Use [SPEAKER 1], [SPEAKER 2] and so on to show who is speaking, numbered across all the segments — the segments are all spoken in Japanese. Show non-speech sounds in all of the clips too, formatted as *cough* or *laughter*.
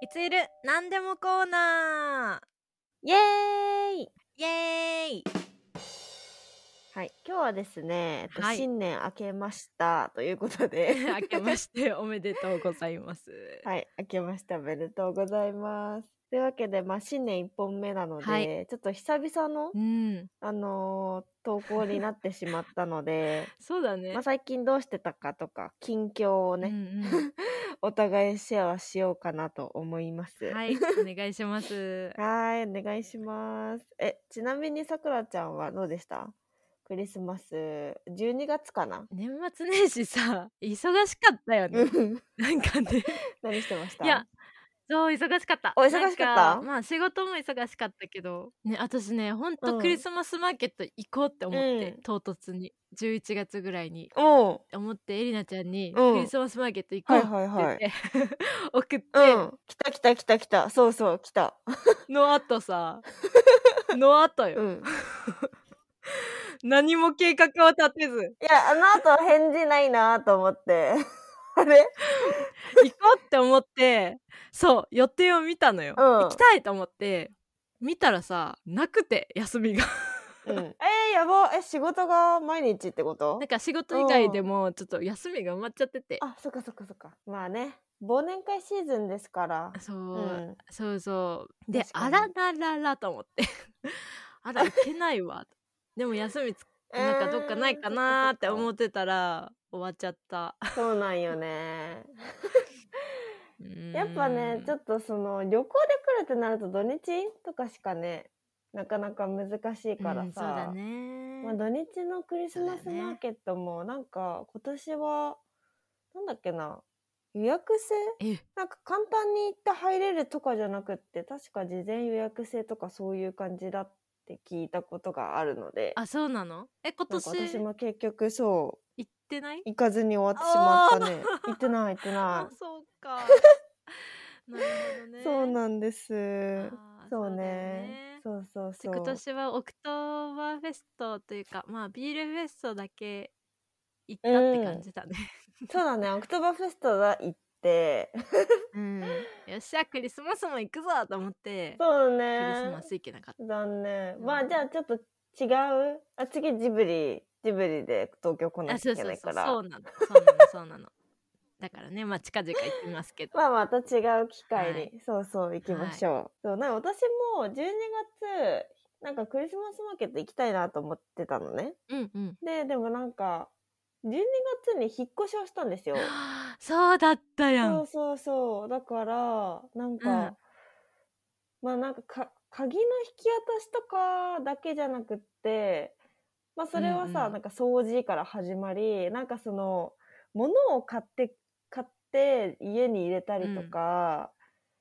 [SPEAKER 1] いついる何でもコーナ
[SPEAKER 2] イエーイ
[SPEAKER 1] ーイエーイ
[SPEAKER 2] はい、今日はですね、えっと
[SPEAKER 1] はい、
[SPEAKER 2] 新年明けましたということで
[SPEAKER 1] *laughs* 明けましておめでとうございます。
[SPEAKER 2] *laughs* はい、明けましたおめでとうございます。というわけで、まあ、新年1本目なので、
[SPEAKER 1] はい
[SPEAKER 2] ちょっと久々の
[SPEAKER 1] う、ん、
[SPEAKER 2] あのー投稿になってしまったので、
[SPEAKER 1] そうだ *laughs* ね。
[SPEAKER 2] まあ、最近どうしてたかとか、近況を
[SPEAKER 1] う
[SPEAKER 2] ね、
[SPEAKER 1] んうん
[SPEAKER 2] お互いシェアしようかなと思います。
[SPEAKER 1] はい、お願いします。
[SPEAKER 2] はーい、お願いします。え、ちなみにさくらちゃんはどうでしたクリスマス、12月かな
[SPEAKER 1] 年末年始さ、忙しかったよね。なんかね、
[SPEAKER 2] 何してました
[SPEAKER 1] いや、そう忙しかった。
[SPEAKER 2] お忙しかった
[SPEAKER 1] なんまあ仕事も忙しかったけど、ね私ね、本当
[SPEAKER 2] うん
[SPEAKER 1] クリスマスマーケット行こうって思って、
[SPEAKER 2] うん
[SPEAKER 1] 唐突に11月ぐらいに
[SPEAKER 2] おう
[SPEAKER 1] 思ってエリナちゃんに、
[SPEAKER 2] うん
[SPEAKER 1] クリスマスマーケット行こう
[SPEAKER 2] は
[SPEAKER 1] っ
[SPEAKER 2] い
[SPEAKER 1] て
[SPEAKER 2] は
[SPEAKER 1] 言っ
[SPEAKER 2] いはい。
[SPEAKER 1] て、 *laughs* 送って、
[SPEAKER 2] うん。来た来た来た来た。そうそう、来た。
[SPEAKER 1] の後
[SPEAKER 2] *laughs*
[SPEAKER 1] さの後
[SPEAKER 2] う
[SPEAKER 1] よ、
[SPEAKER 2] ん。
[SPEAKER 1] 何も計画を立てず
[SPEAKER 2] *laughs* いや、あの後返事ないなと思って。 *laughs* あれ
[SPEAKER 1] 行こうって思ってそう予定を見たのよ、
[SPEAKER 2] うん
[SPEAKER 1] 行きたいと思って見たらさなくて休みが
[SPEAKER 2] *laughs* うん。えー、やば。え、仕事が毎日ってこと
[SPEAKER 1] なんか仕事以外でもちょっと休みが埋まっちゃってて
[SPEAKER 2] あ、そっかそっかそっか。まあね。忘年会シーズンですから。
[SPEAKER 1] そうう、
[SPEAKER 2] ん。
[SPEAKER 1] そうそうで
[SPEAKER 2] 確か
[SPEAKER 1] あ
[SPEAKER 2] に
[SPEAKER 1] ららららと思って *laughs* あらいけないわでも休みつなんかどっかないかなーって思
[SPEAKER 2] う
[SPEAKER 1] ってたら終わっちゃった
[SPEAKER 2] ん。そうなん
[SPEAKER 1] *laughs*
[SPEAKER 2] よね。 *laughs* やっぱね、ちょ
[SPEAKER 1] っ
[SPEAKER 2] っとその旅行で来るってなると土日とかしかね、なかなか難しいからさ。
[SPEAKER 1] そうだね
[SPEAKER 2] まあ、土日のクリスマス
[SPEAKER 1] そうだよね
[SPEAKER 2] マーケットもなんか今年はなんだっけな予約制
[SPEAKER 1] え
[SPEAKER 2] なんか簡単に行って入れるとかじゃなくって確か事前予約制とかそういう感じだって聞いたことがあるので
[SPEAKER 1] あそうなのえ今
[SPEAKER 2] なん
[SPEAKER 1] 年
[SPEAKER 2] か私も結局そ
[SPEAKER 1] 行ってないう
[SPEAKER 2] 行かずに終わってしまったね行ってない行って
[SPEAKER 1] あ
[SPEAKER 2] な
[SPEAKER 1] そう
[SPEAKER 2] *laughs*
[SPEAKER 1] かなるほどね
[SPEAKER 2] い、そうんなんですそう
[SPEAKER 1] だよ
[SPEAKER 2] ねそうそう
[SPEAKER 1] で
[SPEAKER 2] そう
[SPEAKER 1] 今年はオクトーバーフェストというかまあビールフェストだけ行ったって感じだね、
[SPEAKER 2] そうだねオクトーバーフェストは行って
[SPEAKER 1] *laughs* うん、よっしゃクリスマスも行くぞと思って
[SPEAKER 2] そう
[SPEAKER 1] ク
[SPEAKER 2] だ
[SPEAKER 1] リ
[SPEAKER 2] ね
[SPEAKER 1] スマス行けなかっ
[SPEAKER 2] 残念、
[SPEAKER 1] うん
[SPEAKER 2] まあじゃあちょっと違うあ次ジブリジブリで東京来
[SPEAKER 1] た
[SPEAKER 2] な
[SPEAKER 1] あ
[SPEAKER 2] きゃ
[SPEAKER 1] そ
[SPEAKER 2] いう
[SPEAKER 1] そう
[SPEAKER 2] けない
[SPEAKER 1] そ
[SPEAKER 2] か
[SPEAKER 1] う
[SPEAKER 2] ら
[SPEAKER 1] そうなのそうなのそうなのだからねまあ近々行きますけど
[SPEAKER 2] まあまた違う機会に、
[SPEAKER 1] はい
[SPEAKER 2] そうそう行きましょう、そうなんか私も12月なんかクリスマスマーケット行きたいなと思ってたのね
[SPEAKER 1] うんうん
[SPEAKER 2] ででもなんか12月に引っ越しをした
[SPEAKER 1] *laughs*
[SPEAKER 2] んですよ
[SPEAKER 1] そうだったやん
[SPEAKER 2] そうそうそうだからなんか、まあなんかか鍵の引き渡しとかだけじゃなくってまあそれはさ、
[SPEAKER 1] うんうん
[SPEAKER 2] なんか掃除から始まりなんかその物を買って買って家に入れたりとか、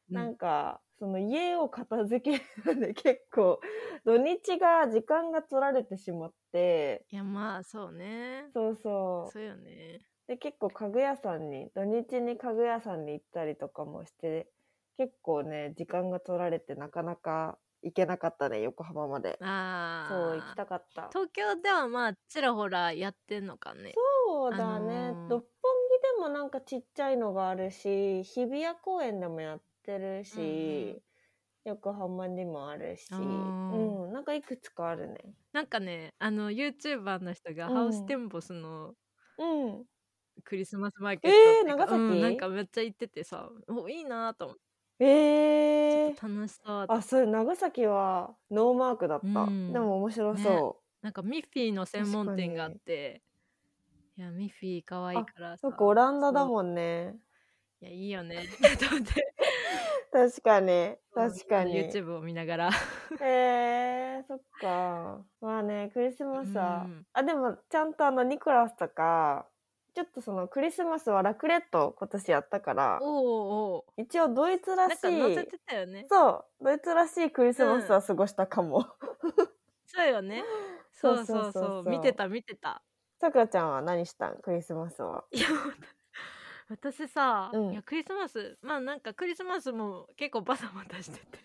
[SPEAKER 1] うん
[SPEAKER 2] なんかその家を片付けるので結構土日が時間が取られてしまって
[SPEAKER 1] いやまあそうね
[SPEAKER 2] そうそう
[SPEAKER 1] そうよね
[SPEAKER 2] で結構家具屋さんに土日に家具屋さんに行ったりとかもして結構ね時間が取られてなかなか行けなかったね横浜まで
[SPEAKER 1] あ
[SPEAKER 2] そ
[SPEAKER 1] あ
[SPEAKER 2] う行きたかった
[SPEAKER 1] 東京ではまあちらほらやってんのかね
[SPEAKER 2] そうだね、
[SPEAKER 1] あのー
[SPEAKER 2] 六本木でもなんかちっちゃいのがあるし日比谷公園でもやってるし、
[SPEAKER 1] うんうん
[SPEAKER 2] 横浜にもあるし
[SPEAKER 1] あ
[SPEAKER 2] う
[SPEAKER 1] ー
[SPEAKER 2] んなんかいくつかあるね
[SPEAKER 1] なんかねあの YouTuber の人が
[SPEAKER 2] うん
[SPEAKER 1] ハウステンボスの
[SPEAKER 2] うん
[SPEAKER 1] クリスマスマーケットっていうか
[SPEAKER 2] えー長崎
[SPEAKER 1] うんなんかめっちゃ行っててさおいいなと思ってち
[SPEAKER 2] え
[SPEAKER 1] ょ
[SPEAKER 2] ー
[SPEAKER 1] っ、と楽しそう
[SPEAKER 2] あそれ長崎はノーマークだった、
[SPEAKER 1] うん
[SPEAKER 2] でも面白そう、
[SPEAKER 1] なんかミッフィーの専門店があっていやミッフィー可愛いからさ
[SPEAKER 2] そっか、オランダだもんね。
[SPEAKER 1] いやいいよ
[SPEAKER 2] *laughs*
[SPEAKER 1] ねと思って
[SPEAKER 2] 確かに、確かに。え
[SPEAKER 1] YouTube を見ながら
[SPEAKER 2] えー、そっか。まあね、クリスマスは。
[SPEAKER 1] うん
[SPEAKER 2] あ、でも、ちゃんとあの、ニコラスとか、ちょっとその、クリスマスはラクレット今年やったから、
[SPEAKER 1] おうお
[SPEAKER 2] 一応ドイツ
[SPEAKER 1] う
[SPEAKER 2] ら
[SPEAKER 1] なん
[SPEAKER 2] し
[SPEAKER 1] か載せ
[SPEAKER 2] い、
[SPEAKER 1] てたよね
[SPEAKER 2] そう、ドイツらしいクリスマスは過ごしたかも。 *laughs*
[SPEAKER 1] そうよね。
[SPEAKER 2] そ
[SPEAKER 1] *laughs* そう
[SPEAKER 2] う
[SPEAKER 1] そう
[SPEAKER 2] そうそ
[SPEAKER 1] そう
[SPEAKER 2] う。そう
[SPEAKER 1] 見てた見て *laughs* た。
[SPEAKER 2] さくらちゃんは何したんクリスマスは。
[SPEAKER 1] いや私さ、
[SPEAKER 2] うん
[SPEAKER 1] いやクリスマスまあなんかクリスマスも結構バタバタして *laughs* て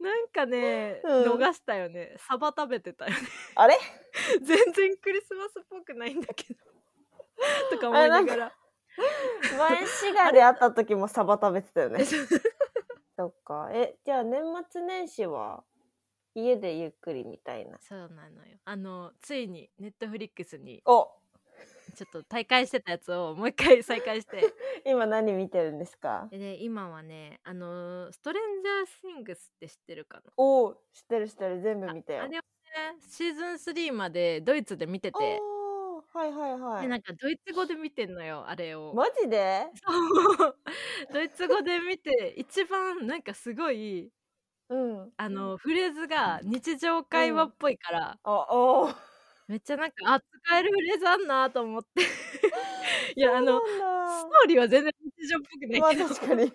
[SPEAKER 1] なんかね、
[SPEAKER 2] うん
[SPEAKER 1] 逃したよねサバ食べてたよね *laughs*
[SPEAKER 2] あれ
[SPEAKER 1] *laughs* 全然クリスマスっぽくないんだけどとか思いながら
[SPEAKER 2] 前滋賀で会った時もサバ食べてた
[SPEAKER 1] *laughs*
[SPEAKER 2] よね
[SPEAKER 1] え。そう
[SPEAKER 2] そっか。え、じゃあ年末年始は家でゆっくりみたいな。
[SPEAKER 1] そうなのよあのついにネットフリックスに
[SPEAKER 2] お
[SPEAKER 1] ちょっと大会してたやつをもう一回再開して
[SPEAKER 2] 今何見てるんですか
[SPEAKER 1] *laughs* で今はねあのーストレンジャー・シングスって知ってるかな
[SPEAKER 2] おお、知ってる知ってる。全部見て
[SPEAKER 1] あれをねシーズン3までドイツで見てて
[SPEAKER 2] おーはいはい
[SPEAKER 1] で
[SPEAKER 2] は。
[SPEAKER 1] ないんかドイツ語で見てんのよあれを
[SPEAKER 2] マジで
[SPEAKER 1] *laughs* ドイツ語で見て一番なんかすごい
[SPEAKER 2] うん。
[SPEAKER 1] あのフレーズが日常会話っぽいから、
[SPEAKER 2] あ、おー
[SPEAKER 1] めっちゃなんかあ使えるフレーズあんなと思って
[SPEAKER 2] *laughs*
[SPEAKER 1] いやあのス
[SPEAKER 2] そうなん
[SPEAKER 1] ト
[SPEAKER 2] だ
[SPEAKER 1] ーリーは全然日常っぽく
[SPEAKER 2] ま
[SPEAKER 1] な
[SPEAKER 2] あ
[SPEAKER 1] いけど、
[SPEAKER 2] 確かに。
[SPEAKER 1] *laughs* そう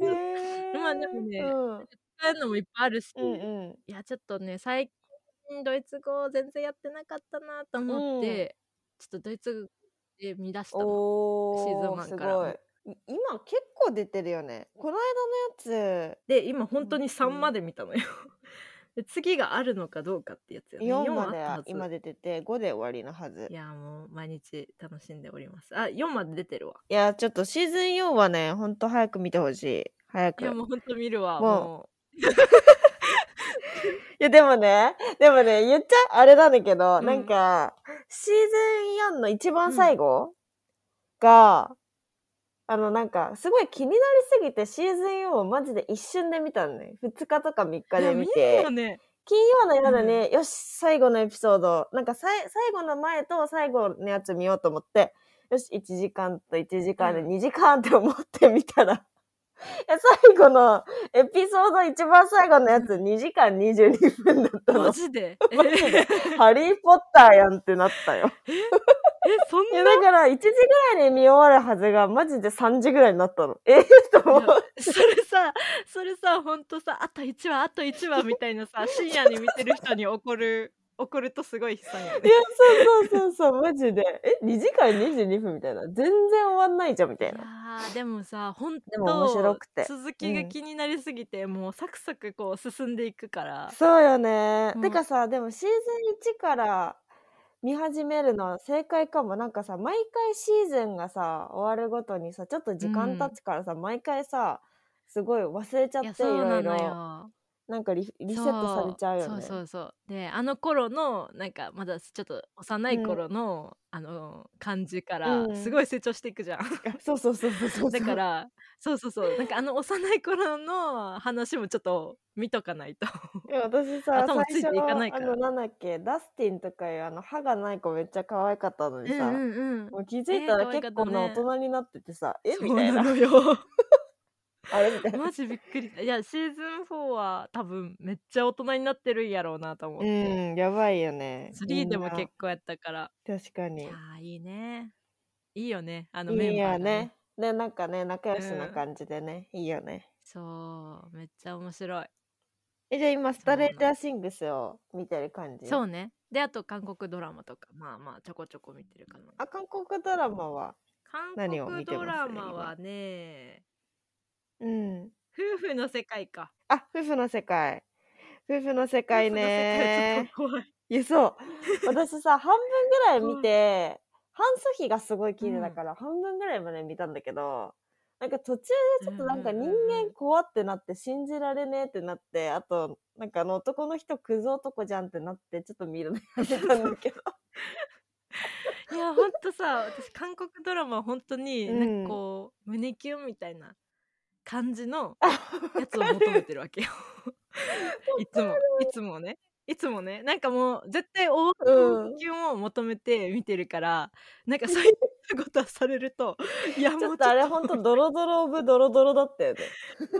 [SPEAKER 1] そう
[SPEAKER 2] へー
[SPEAKER 1] まあでもね
[SPEAKER 2] うん
[SPEAKER 1] 使えるのもいっぱいあるし、
[SPEAKER 2] うん
[SPEAKER 1] い
[SPEAKER 2] うん。
[SPEAKER 1] やちょっとね最近ドイツ語全然やってなかったなと思って、ちょっとドイツ語で見出したのシーズン
[SPEAKER 2] おお
[SPEAKER 1] ワン
[SPEAKER 2] す
[SPEAKER 1] から
[SPEAKER 2] ごいい今結構出てるよねこの間のや
[SPEAKER 1] で今本当に3
[SPEAKER 2] うん
[SPEAKER 1] まで見たのよ *laughs* で次があるのかどうかってやつよ
[SPEAKER 2] つ
[SPEAKER 1] ね
[SPEAKER 2] 4
[SPEAKER 1] 4
[SPEAKER 2] ま
[SPEAKER 1] あったは
[SPEAKER 2] で
[SPEAKER 1] ず
[SPEAKER 2] 今出てて5で終わりのはず
[SPEAKER 1] いやもう毎日楽しんでおりますあ4まで出てるわ
[SPEAKER 2] いやちょっとシーズン4はねほんと早く見てほしい早く
[SPEAKER 1] い
[SPEAKER 2] い
[SPEAKER 1] や
[SPEAKER 2] や
[SPEAKER 1] もう本当見るわ
[SPEAKER 2] もう
[SPEAKER 1] も
[SPEAKER 2] でもねでもね言っちゃあれなんだけど、
[SPEAKER 1] うん
[SPEAKER 2] なんかシーズン4の一番最後が、あのなんかすごい気になりすぎてシーズン4をマジで一瞬で見たのね2日とか3
[SPEAKER 1] う
[SPEAKER 2] 日で見
[SPEAKER 1] いや
[SPEAKER 2] て
[SPEAKER 1] るよ
[SPEAKER 2] *laughs*
[SPEAKER 1] ね
[SPEAKER 2] 金曜の夜に、よし、最後のエピソード、なんかさい最後の前と最後のやつ見ようと思って、よし、1時間と1時間で
[SPEAKER 1] うん
[SPEAKER 2] 2時間って思ってみたら、 *laughs* いや最後のエピソード一番最後のやつ2時間22分だった
[SPEAKER 1] マ
[SPEAKER 2] の。
[SPEAKER 1] ジでえ
[SPEAKER 2] マジ *laughs* でハリーポッターやんってなったよ。
[SPEAKER 1] そん
[SPEAKER 2] い
[SPEAKER 1] な
[SPEAKER 2] や、だから1時ぐらいに見終わるはずが、マジで3時ぐらいになったの。ええと思
[SPEAKER 1] い
[SPEAKER 2] っ
[SPEAKER 1] や
[SPEAKER 2] て。
[SPEAKER 1] それさそれさほんとさあと1話あと1話み
[SPEAKER 2] *laughs*
[SPEAKER 1] たいなさ深夜に見てる人に怒る怒るとすごい悲惨よ
[SPEAKER 2] い
[SPEAKER 1] ね
[SPEAKER 2] や、そうそうそうそう、マジで。え、2時間22分みたいな。全然終わんないじゃん、みたい
[SPEAKER 1] い
[SPEAKER 2] な
[SPEAKER 1] や。ーでもさ本当
[SPEAKER 2] でも面白くて
[SPEAKER 1] 続きが
[SPEAKER 2] うん
[SPEAKER 1] 気になりすぎて、もうサクサクこう進んでいくから
[SPEAKER 2] そうよね。
[SPEAKER 1] うん
[SPEAKER 2] てかさ、でもシーズン1から見始めるのは正解かも。なんかさ、毎回シーズンがさ、終わるごとにさ、ちょっと時間経つからさ、毎回さ、すごい忘れちゃっ
[SPEAKER 1] いや
[SPEAKER 2] てい
[SPEAKER 1] そう
[SPEAKER 2] ろ
[SPEAKER 1] ないの
[SPEAKER 2] ろ。
[SPEAKER 1] よ
[SPEAKER 2] なんかリフリセットされちゃうよね。
[SPEAKER 1] そうそうそうそうであの頃のなんかまだちょっと幼い
[SPEAKER 2] うん
[SPEAKER 1] 頃の、あの感じから
[SPEAKER 2] うん
[SPEAKER 1] すごい成長していくじゃん、
[SPEAKER 2] *laughs* そうそうそうそうそう。
[SPEAKER 1] *laughs* だか。らそうそうそうなんかあの幼い頃の話もちょっと見とかないと
[SPEAKER 2] いや私さ、
[SPEAKER 1] 頭つ
[SPEAKER 2] 最
[SPEAKER 1] いて
[SPEAKER 2] 初
[SPEAKER 1] いかない
[SPEAKER 2] の、
[SPEAKER 1] か
[SPEAKER 2] あ
[SPEAKER 1] ら
[SPEAKER 2] の、なんだっけ、ダスティンとかいう、あの、歯がない子めっちゃ可愛かったのにさ、
[SPEAKER 1] ん *laughs* うん
[SPEAKER 2] もう気づいた
[SPEAKER 1] えー
[SPEAKER 2] ら
[SPEAKER 1] 可愛か
[SPEAKER 2] 結
[SPEAKER 1] った
[SPEAKER 2] 構
[SPEAKER 1] ね
[SPEAKER 2] な大人になっててさ、えみ
[SPEAKER 1] そう
[SPEAKER 2] たい
[SPEAKER 1] なの
[SPEAKER 2] な。*laughs*
[SPEAKER 1] よ
[SPEAKER 2] あれ
[SPEAKER 1] *laughs*
[SPEAKER 2] みたいな。
[SPEAKER 1] マジびっくりしたいやシーズン4は多分めっちゃ大人になってるんやろうなと思っ
[SPEAKER 2] う
[SPEAKER 1] て、
[SPEAKER 2] ん、やばいよね。み
[SPEAKER 1] 3
[SPEAKER 2] ん
[SPEAKER 1] でも
[SPEAKER 2] な
[SPEAKER 1] 結構やったから
[SPEAKER 2] 確かに。
[SPEAKER 1] いやーいいねいいよねあのメ
[SPEAKER 2] い
[SPEAKER 1] ン
[SPEAKER 2] い
[SPEAKER 1] バーが
[SPEAKER 2] よね。で、なんかね、仲良し
[SPEAKER 1] う
[SPEAKER 2] なん感じでね、いいよね。
[SPEAKER 1] そうめっちゃ面白い
[SPEAKER 2] え、じゃあ今、ストレ
[SPEAKER 1] そう
[SPEAKER 2] ージ
[SPEAKER 1] な
[SPEAKER 2] ャーシングスを見てる感じ
[SPEAKER 1] そう
[SPEAKER 2] う。
[SPEAKER 1] ねであと韓国ドラマとかまあまあちょこちょこ見てるかな
[SPEAKER 2] あ、韓国ドラマは。
[SPEAKER 1] 韓
[SPEAKER 2] 何を
[SPEAKER 1] 国
[SPEAKER 2] 見てます
[SPEAKER 1] ドラマはね
[SPEAKER 2] うん。
[SPEAKER 1] 夫婦の世界か
[SPEAKER 2] あ、夫婦の世界。夫婦の世
[SPEAKER 1] 夫婦
[SPEAKER 2] 界
[SPEAKER 1] の世界はちょっ
[SPEAKER 2] ね
[SPEAKER 1] と怖い
[SPEAKER 2] いや、
[SPEAKER 1] *laughs*
[SPEAKER 2] そう。私さ、半分ぐらい見て、半素比がすごい綺麗だから、半分ぐらいまで見たんだけど、なんか途中でちょっとなんか
[SPEAKER 1] うんうん
[SPEAKER 2] 人
[SPEAKER 1] うんうん
[SPEAKER 2] 間怖ってなって信じられねえってなって、あと、なんかあの男の人クズ男じゃんってなって、ちょっと見るのやめたんだけど。
[SPEAKER 1] いやほんとさ私韓国ドラマは本当に
[SPEAKER 2] うん
[SPEAKER 1] なんかこう、胸キュンみたいな感じの *laughs* やつを求めてるわけよいつもいつもねいつもねなんかもう絶対大
[SPEAKER 2] うん
[SPEAKER 1] キュンを求めて見てるから、なんかそういったことをされる
[SPEAKER 2] *laughs*
[SPEAKER 1] といやもう
[SPEAKER 2] *laughs* ちょっとあれほんとドロドロオブドロドロだったよね。
[SPEAKER 1] 結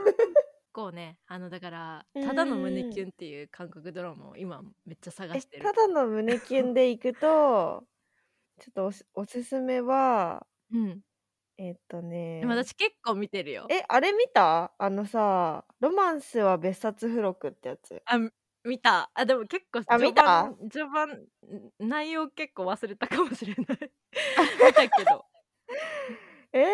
[SPEAKER 1] 構ねあのだから
[SPEAKER 2] うん
[SPEAKER 1] ただの胸キュンっていう韓国ドラマを今めっちゃ探
[SPEAKER 2] え
[SPEAKER 1] してる
[SPEAKER 2] ただの胸キュンでいくと、ちょっとおすおすすめは、
[SPEAKER 1] うん
[SPEAKER 2] えっとね
[SPEAKER 1] で。も私結構見てるよ
[SPEAKER 2] え、あれ見たあのさ、ロマンスは別冊付録ってやつ。
[SPEAKER 1] あ見たあでも結構
[SPEAKER 2] あ
[SPEAKER 1] 序
[SPEAKER 2] 見た
[SPEAKER 1] 盤序盤ん内容結構忘れたかもしれ
[SPEAKER 2] *laughs*
[SPEAKER 1] ない見たけど
[SPEAKER 2] え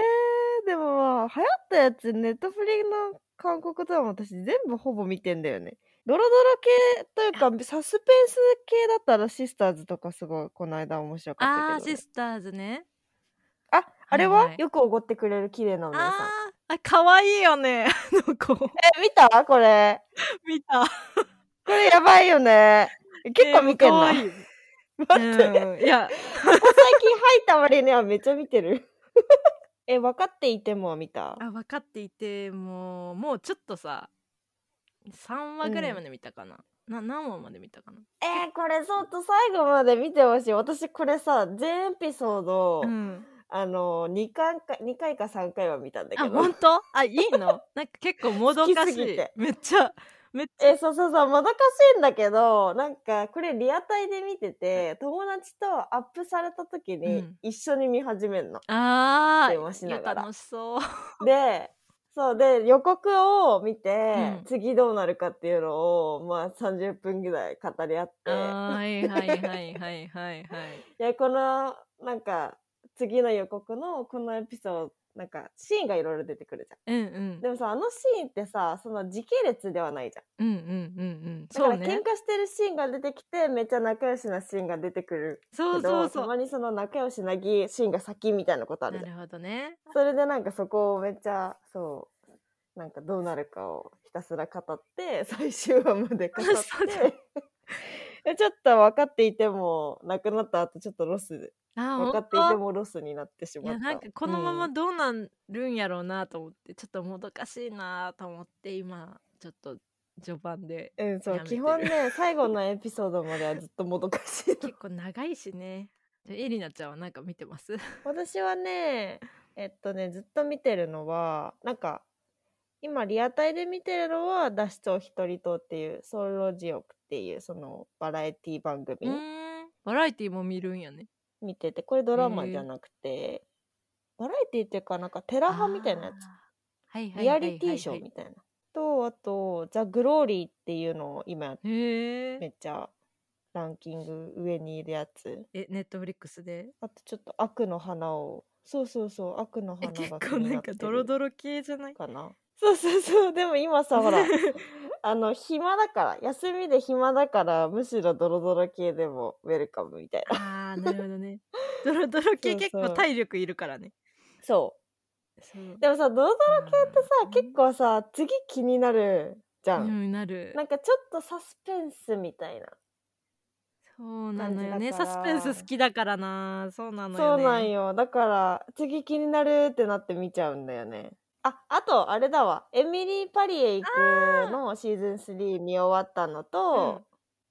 [SPEAKER 2] ー、でもまあ、流行ったやつ、ネットフリの韓国ドラマ私全部ほぼ見てんだよね。ドロドロ系というか、サスペンス系だったらシスターズとかすごい、この間面白かった
[SPEAKER 1] あー
[SPEAKER 2] けどね、
[SPEAKER 1] シスターズね
[SPEAKER 2] あ、あれは、
[SPEAKER 1] はいはい
[SPEAKER 2] よくおごってくれる綺麗なお姉さん。
[SPEAKER 1] あーあ可愛いよね *laughs* あの子
[SPEAKER 2] え、見たこれ。
[SPEAKER 1] 見た
[SPEAKER 2] これやばいよね。結構見てんな。
[SPEAKER 1] えー可
[SPEAKER 2] *laughs* 待
[SPEAKER 1] 愛い
[SPEAKER 2] って、最近
[SPEAKER 1] うんいや
[SPEAKER 2] 入った割にはめっちゃ見てる。 *laughs* え、分かっていても見た。
[SPEAKER 1] あ分かっていてもうもうちょっとさ3話ぐらいまで見たかな、な何話まで見たかな
[SPEAKER 2] えー、これそうと最後まで見てほしい。私これさ、全エピソード、
[SPEAKER 1] うん
[SPEAKER 2] あの、2回か、2回か3回は見たんだ
[SPEAKER 1] あ
[SPEAKER 2] けど。
[SPEAKER 1] 本当あいいのなんか結構もどか
[SPEAKER 2] 好き
[SPEAKER 1] し
[SPEAKER 2] すぎ
[SPEAKER 1] い
[SPEAKER 2] て
[SPEAKER 1] めっちゃめっちゃ
[SPEAKER 2] えーそうそうそう、もどかしいんだけど、なんか、これリアタイで見てて、友達とアップされた時
[SPEAKER 1] う
[SPEAKER 2] に
[SPEAKER 1] ん
[SPEAKER 2] 一緒に見始めるの。
[SPEAKER 1] あ
[SPEAKER 2] 電話し
[SPEAKER 1] ー
[SPEAKER 2] ながら
[SPEAKER 1] 楽しそう
[SPEAKER 2] で、そう、で、予告を見て、
[SPEAKER 1] うん
[SPEAKER 2] 次どうなるかっていうのを、まあ30分ぐらい語り合っ
[SPEAKER 1] あ
[SPEAKER 2] て、
[SPEAKER 1] ーはいはいはいはいはいはい
[SPEAKER 2] いや、この、なんか、次の予告のこのエピソード、なんか、シーンがいろいろ出てくるじゃ
[SPEAKER 1] うんうん
[SPEAKER 2] ん。 *laughs* でもさ、あのシーンってさ、その時系列ではないじゃん。
[SPEAKER 1] うんうんうんうん
[SPEAKER 2] だ
[SPEAKER 1] そ
[SPEAKER 2] か
[SPEAKER 1] う
[SPEAKER 2] ら喧
[SPEAKER 1] ね
[SPEAKER 2] 嘩してるシーンが出てきて、めっちゃ仲良しなシーンが出てくる
[SPEAKER 1] そ
[SPEAKER 2] け
[SPEAKER 1] う
[SPEAKER 2] ど、
[SPEAKER 1] そうそ
[SPEAKER 2] た
[SPEAKER 1] う
[SPEAKER 2] まにその仲良しなぎシーンが先みたいなことあ
[SPEAKER 1] な
[SPEAKER 2] るじゃん。
[SPEAKER 1] るほどね
[SPEAKER 2] それでなんかそこをめっちゃ、そう、なんかどうなるかをひたすら語
[SPEAKER 1] *laughs*
[SPEAKER 2] って、最終話まで語っ
[SPEAKER 1] そう
[SPEAKER 2] て、でちょっと分かっていても、なくなった後ちょっとロス、
[SPEAKER 1] あー
[SPEAKER 2] 分かっていてもロスになってし
[SPEAKER 1] い
[SPEAKER 2] まった。
[SPEAKER 1] やなんかこのまま
[SPEAKER 2] うん
[SPEAKER 1] どうなるんやろうなと思って、ちょっともどかしいなと思って今ちょっと序盤で
[SPEAKER 2] うん、そ
[SPEAKER 1] や
[SPEAKER 2] う、
[SPEAKER 1] めて
[SPEAKER 2] 基
[SPEAKER 1] る
[SPEAKER 2] 本ね、最後のエピソードまではずっともどかしいの
[SPEAKER 1] 結構長いしねでエリナちゃんはなんか見てます
[SPEAKER 2] 私はね、えっとね、ずっと見てるのは、なんか、今リアタイで見てるのは、脱出お一人とっていう、ソウロジオクっていう、そのバラエティ番組。
[SPEAKER 1] うーんバラエティも見るんやね
[SPEAKER 2] 見ててこれドラマじゃなくて、バラエティっていうかなんかテラハみたいなやつ
[SPEAKER 1] あーはいはい
[SPEAKER 2] リ
[SPEAKER 1] はいは
[SPEAKER 2] ア
[SPEAKER 1] い、はい、
[SPEAKER 2] リティショーみたいな、とあとザ・グローリーっていうのを今
[SPEAKER 1] へ
[SPEAKER 2] め
[SPEAKER 1] え
[SPEAKER 2] っちゃランキング上にいるやつ
[SPEAKER 1] えネットフリックスで
[SPEAKER 2] あとちょっと悪の花をそうそうそう悪の
[SPEAKER 1] え
[SPEAKER 2] 花
[SPEAKER 1] 結
[SPEAKER 2] が
[SPEAKER 1] 構なんかドロ
[SPEAKER 2] ロ
[SPEAKER 1] ドロ系じゃない
[SPEAKER 2] かなそうそうそうでも
[SPEAKER 1] *laughs*
[SPEAKER 2] 今さほらあの暇だから休みで暇だからむしろドロドロ系でもウェルカムみたいな
[SPEAKER 1] あーなるほど
[SPEAKER 2] *laughs*
[SPEAKER 1] ねドロドロ系
[SPEAKER 2] そうそう
[SPEAKER 1] 結構体力いるからね
[SPEAKER 2] そ
[SPEAKER 1] そう
[SPEAKER 2] うでもさドロドロ
[SPEAKER 1] ロ系って
[SPEAKER 2] さ結構さ次気になるじゃん、
[SPEAKER 1] うんなる
[SPEAKER 2] なんかちょっとサスペンスみたいな
[SPEAKER 1] そうなのよね
[SPEAKER 2] 感じ
[SPEAKER 1] サ
[SPEAKER 2] だから
[SPEAKER 1] スペンス好きだからなそうなの
[SPEAKER 2] そ
[SPEAKER 1] よ
[SPEAKER 2] う
[SPEAKER 1] ね
[SPEAKER 2] なんよだから次気になるってなって見ちゃうんだよねああとあれだわエミリー・パリへ行くのシーズン3見終わったのと、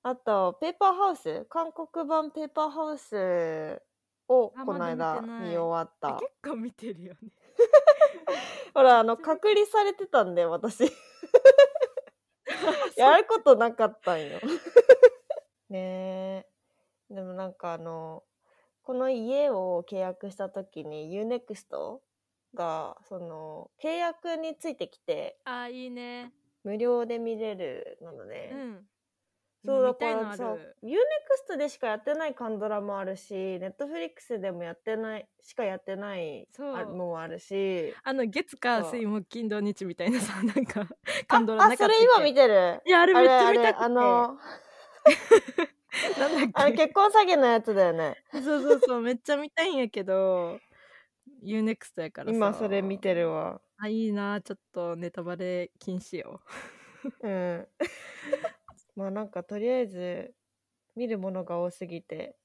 [SPEAKER 2] あとペーパーハウス韓国版ペーパーハウスを
[SPEAKER 1] あ
[SPEAKER 2] この
[SPEAKER 1] まだ見
[SPEAKER 2] 間
[SPEAKER 1] てない
[SPEAKER 2] 見終わっ
[SPEAKER 1] え
[SPEAKER 2] た
[SPEAKER 1] 結構見てるよね
[SPEAKER 2] ほらあの隔離されてたんで
[SPEAKER 1] *laughs*
[SPEAKER 2] 私 *laughs* やることなかったんよ。 *laughs* ねえでもなんかあのこの家を契約した時に UNEXT がその契約についてきて
[SPEAKER 1] あーいいね
[SPEAKER 2] 無料で見れるなので、
[SPEAKER 1] うん
[SPEAKER 2] そうだ
[SPEAKER 1] 見
[SPEAKER 2] か
[SPEAKER 1] たいの
[SPEAKER 2] ら
[SPEAKER 1] あ
[SPEAKER 2] さ
[SPEAKER 1] る
[SPEAKER 2] UNEXT でしかやってないカンドラもあるし Netflix でもやってないしかやってない
[SPEAKER 1] そう
[SPEAKER 2] あのもあ
[SPEAKER 1] *laughs*
[SPEAKER 2] るし
[SPEAKER 1] あの月
[SPEAKER 2] そ
[SPEAKER 1] 火
[SPEAKER 2] う
[SPEAKER 1] 水木金土日みたいなさ *laughs* なんか
[SPEAKER 2] あ
[SPEAKER 1] カンドラ
[SPEAKER 2] あ
[SPEAKER 1] なか
[SPEAKER 2] そ
[SPEAKER 1] った
[SPEAKER 2] れ
[SPEAKER 1] っけ
[SPEAKER 2] 今見てる
[SPEAKER 1] いやあれ
[SPEAKER 2] あ
[SPEAKER 1] めっ
[SPEAKER 2] れ
[SPEAKER 1] ちゃ
[SPEAKER 2] あ
[SPEAKER 1] 見
[SPEAKER 2] れ
[SPEAKER 1] たくて *laughs*
[SPEAKER 2] あの
[SPEAKER 1] なん
[SPEAKER 2] あ
[SPEAKER 1] だっ
[SPEAKER 2] れ結婚詐欺のやつだよね
[SPEAKER 1] けそうそうそうめっちゃ見たいんやけど UNEXT やからさ
[SPEAKER 2] 今それ見てるわ
[SPEAKER 1] あいいなちょっとネタバレ禁止よ
[SPEAKER 2] うん *laughs* まあなんかとりあえず見るものが多すぎて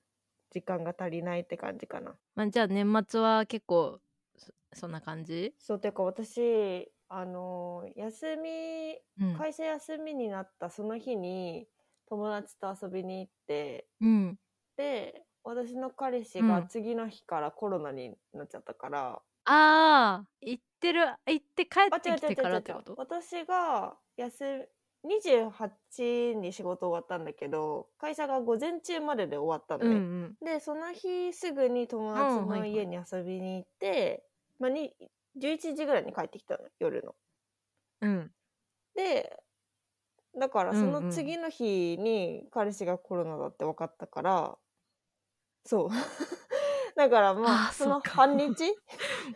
[SPEAKER 2] 時間が足りないって感じかな
[SPEAKER 1] まあじゃあ年末は結構そそんな感じ
[SPEAKER 2] そうてか私あのー休み
[SPEAKER 1] うん
[SPEAKER 2] 会社休みになったその日に友達と遊びに行って
[SPEAKER 1] うん
[SPEAKER 2] で私の彼氏
[SPEAKER 1] う
[SPEAKER 2] が
[SPEAKER 1] ん
[SPEAKER 2] 次の日からコロナになっちゃったから、
[SPEAKER 1] ああ行ってる行って帰
[SPEAKER 2] あ、
[SPEAKER 1] って
[SPEAKER 2] 違う
[SPEAKER 1] きてからってこと
[SPEAKER 2] 私が休み28に仕事終わったんだけど会社が午前中までで終わった
[SPEAKER 1] う
[SPEAKER 2] の
[SPEAKER 1] んう
[SPEAKER 2] ね、
[SPEAKER 1] ん
[SPEAKER 2] でその日すぐに友達
[SPEAKER 1] うんはいは
[SPEAKER 2] の
[SPEAKER 1] い
[SPEAKER 2] 家に遊びに行って、まあ、に11時ぐらいに帰ってきたの夜の *laughs*
[SPEAKER 1] うん
[SPEAKER 2] でだからそ
[SPEAKER 1] うんう
[SPEAKER 2] の
[SPEAKER 1] ん
[SPEAKER 2] 次の日に彼氏がコロナだって分かったからそう *laughs* だからま
[SPEAKER 1] あ
[SPEAKER 2] あ
[SPEAKER 1] ー
[SPEAKER 2] そ
[SPEAKER 1] そ
[SPEAKER 2] の
[SPEAKER 1] っか *laughs*
[SPEAKER 2] 半日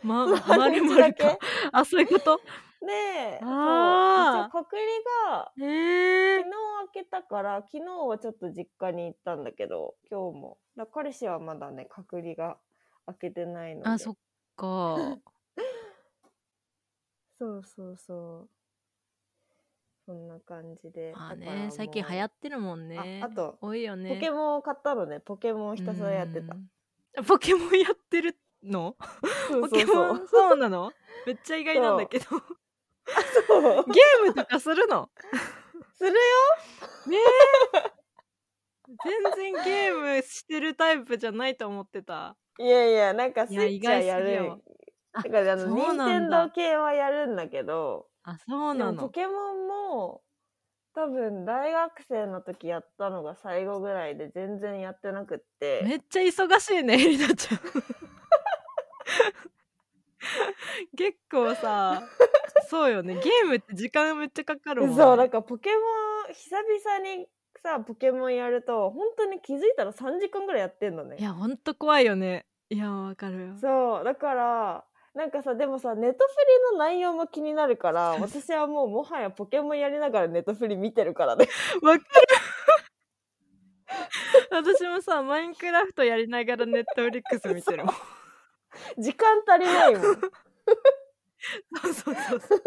[SPEAKER 1] ま
[SPEAKER 2] その
[SPEAKER 1] ま
[SPEAKER 2] 半
[SPEAKER 1] る
[SPEAKER 2] 日
[SPEAKER 1] ま
[SPEAKER 2] だ
[SPEAKER 1] る
[SPEAKER 2] け
[SPEAKER 1] かあそういうこ
[SPEAKER 2] *laughs*
[SPEAKER 1] と
[SPEAKER 2] で、そう、一
[SPEAKER 1] あー
[SPEAKER 2] 応隔離が
[SPEAKER 1] えー
[SPEAKER 2] 昨日、開けたから、昨日はちょっと実家に行ったんだけど、今日も。だから彼氏はまだね、隔離が開けてないので。
[SPEAKER 1] あそっ
[SPEAKER 2] *laughs*
[SPEAKER 1] か。
[SPEAKER 2] そうそうそう。そんな感じで。
[SPEAKER 1] まあ
[SPEAKER 2] だからも
[SPEAKER 1] ね
[SPEAKER 2] う
[SPEAKER 1] 最近流行ってるもんね
[SPEAKER 2] ああと
[SPEAKER 1] 多いよね
[SPEAKER 2] ポケモンを買ったのね。ポケモンをひたすらやってた
[SPEAKER 1] う。んポケモンやってるの
[SPEAKER 2] そう
[SPEAKER 1] ポケモ
[SPEAKER 2] *laughs*
[SPEAKER 1] ンそうなのめっちゃ意外なんだけど
[SPEAKER 2] そうそう
[SPEAKER 1] *laughs* ゲームとかするの
[SPEAKER 2] するよ
[SPEAKER 1] 全然ゲームしてるタイプじゃないと思ってた
[SPEAKER 2] いやいや、なんかスイ
[SPEAKER 1] いや
[SPEAKER 2] ッチはや
[SPEAKER 1] 意外す
[SPEAKER 2] る
[SPEAKER 1] ぎよ。あ
[SPEAKER 2] だからあの、
[SPEAKER 1] そう
[SPEAKER 2] 任
[SPEAKER 1] なん
[SPEAKER 2] 天
[SPEAKER 1] だ
[SPEAKER 2] 堂系はやるんだけど、
[SPEAKER 1] あそうな
[SPEAKER 2] でもポ
[SPEAKER 1] の
[SPEAKER 2] ケモンも、多分大学生の時やったのが最後ぐらいで全然やってなくって。
[SPEAKER 1] めっちゃ忙し
[SPEAKER 2] *laughs*
[SPEAKER 1] いねエリナちゃん結構さそうよねゲームって時間めっちゃかかるもん、ね、
[SPEAKER 2] そう、なんかポケモン、久々にさ、ポケモンやると、本当に気づいたら3時間ぐらいやってんのね
[SPEAKER 1] い。やほんと怖いよねいやわかるよ
[SPEAKER 2] そう、だから、なんかさ、でもさ、ネトフリの内容も気になるから、
[SPEAKER 1] *laughs*
[SPEAKER 2] 私はもうもはやポケモンやりながらネトフリ見てるからね。 *laughs*
[SPEAKER 1] わかる私もさマインクラフトやりながらネットフリックス見てるもん
[SPEAKER 2] 時間足りないも
[SPEAKER 1] *laughs*
[SPEAKER 2] ん。
[SPEAKER 1] そうそうそうそう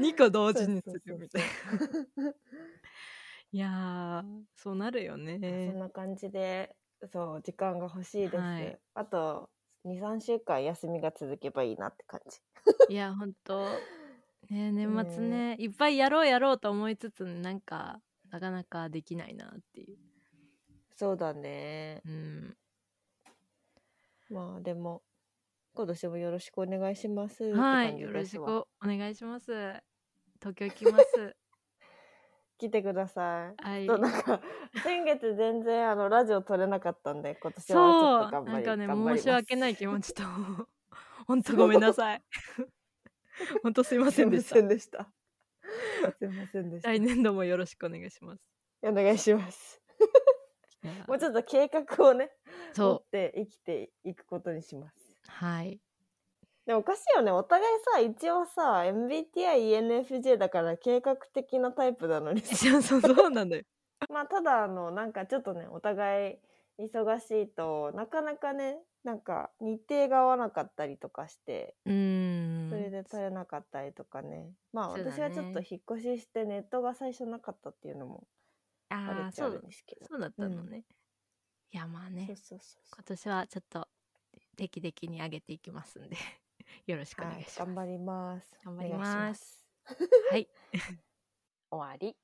[SPEAKER 1] 2個同時にするみたいないやーそうなるよ
[SPEAKER 2] そん
[SPEAKER 1] ね
[SPEAKER 2] な感じで、そう、時間が欲しいです。
[SPEAKER 1] はい
[SPEAKER 2] あと、2、3週間休みが続けばいいなって感じ。
[SPEAKER 1] いやほんと
[SPEAKER 2] *laughs*
[SPEAKER 1] ね年末ねいっぱいやろうやろうと思いつつなんかなかなかできないなっていう
[SPEAKER 2] そうだね。
[SPEAKER 1] うん
[SPEAKER 2] まあでも、今年もよろしくお願いします。
[SPEAKER 1] はいよろしくお願いします東京行きます
[SPEAKER 2] *laughs* 来てください。
[SPEAKER 1] はい
[SPEAKER 2] そうなんか *laughs* 先月全然あのラジオ撮れなかったんで今年はち
[SPEAKER 1] そ
[SPEAKER 2] ょっと
[SPEAKER 1] う
[SPEAKER 2] 頑
[SPEAKER 1] な
[SPEAKER 2] 張
[SPEAKER 1] ん
[SPEAKER 2] り
[SPEAKER 1] かね
[SPEAKER 2] 頑張りま
[SPEAKER 1] 申
[SPEAKER 2] す
[SPEAKER 1] し訳ない気持
[SPEAKER 2] *laughs*
[SPEAKER 1] ちと本当ごめんなさい本当すいませんでし
[SPEAKER 2] す
[SPEAKER 1] た
[SPEAKER 2] いませんで
[SPEAKER 1] *laughs*
[SPEAKER 2] した。すいませんでした。
[SPEAKER 1] 来年度もよろしくお願いします
[SPEAKER 2] お願いします。
[SPEAKER 1] いや
[SPEAKER 2] もうちょっと計画をね、
[SPEAKER 1] *laughs*
[SPEAKER 2] 持
[SPEAKER 1] そ
[SPEAKER 2] っ
[SPEAKER 1] う
[SPEAKER 2] て生きていくことにします。 *laughs*
[SPEAKER 1] はい *laughs*
[SPEAKER 2] でもおかしいよね。お互いさ、一応さ、MBTI、ENFJ だから計画的なタイプなのに
[SPEAKER 1] *laughs*
[SPEAKER 2] さ。
[SPEAKER 1] そうそうそうなんだよ
[SPEAKER 2] まあ、ただ、あの、なんかちょっとね、お互い忙しいと、なかなかね、なんか日程が合わなかったりとかして、
[SPEAKER 1] うーん
[SPEAKER 2] それで取れなかったりとかね。まあ
[SPEAKER 1] そうだね
[SPEAKER 2] 私はちょっと引っ越ししてネットが最初なかったっていうのもある
[SPEAKER 1] あ
[SPEAKER 2] っ
[SPEAKER 1] あ
[SPEAKER 2] ち
[SPEAKER 1] そ
[SPEAKER 2] ゃある
[SPEAKER 1] うん
[SPEAKER 2] ですけど。
[SPEAKER 1] そうだったのね、いやまあね
[SPEAKER 2] そうそうそうそ
[SPEAKER 1] 今年はちょっと定期的に上げていきますんでよろしく
[SPEAKER 2] う。
[SPEAKER 1] お
[SPEAKER 2] は
[SPEAKER 1] 願い
[SPEAKER 2] い
[SPEAKER 1] し、ます、
[SPEAKER 2] 頑張ります。
[SPEAKER 1] 頑張
[SPEAKER 2] *laughs* お願
[SPEAKER 1] り
[SPEAKER 2] いし
[SPEAKER 1] ます
[SPEAKER 2] す。終わり。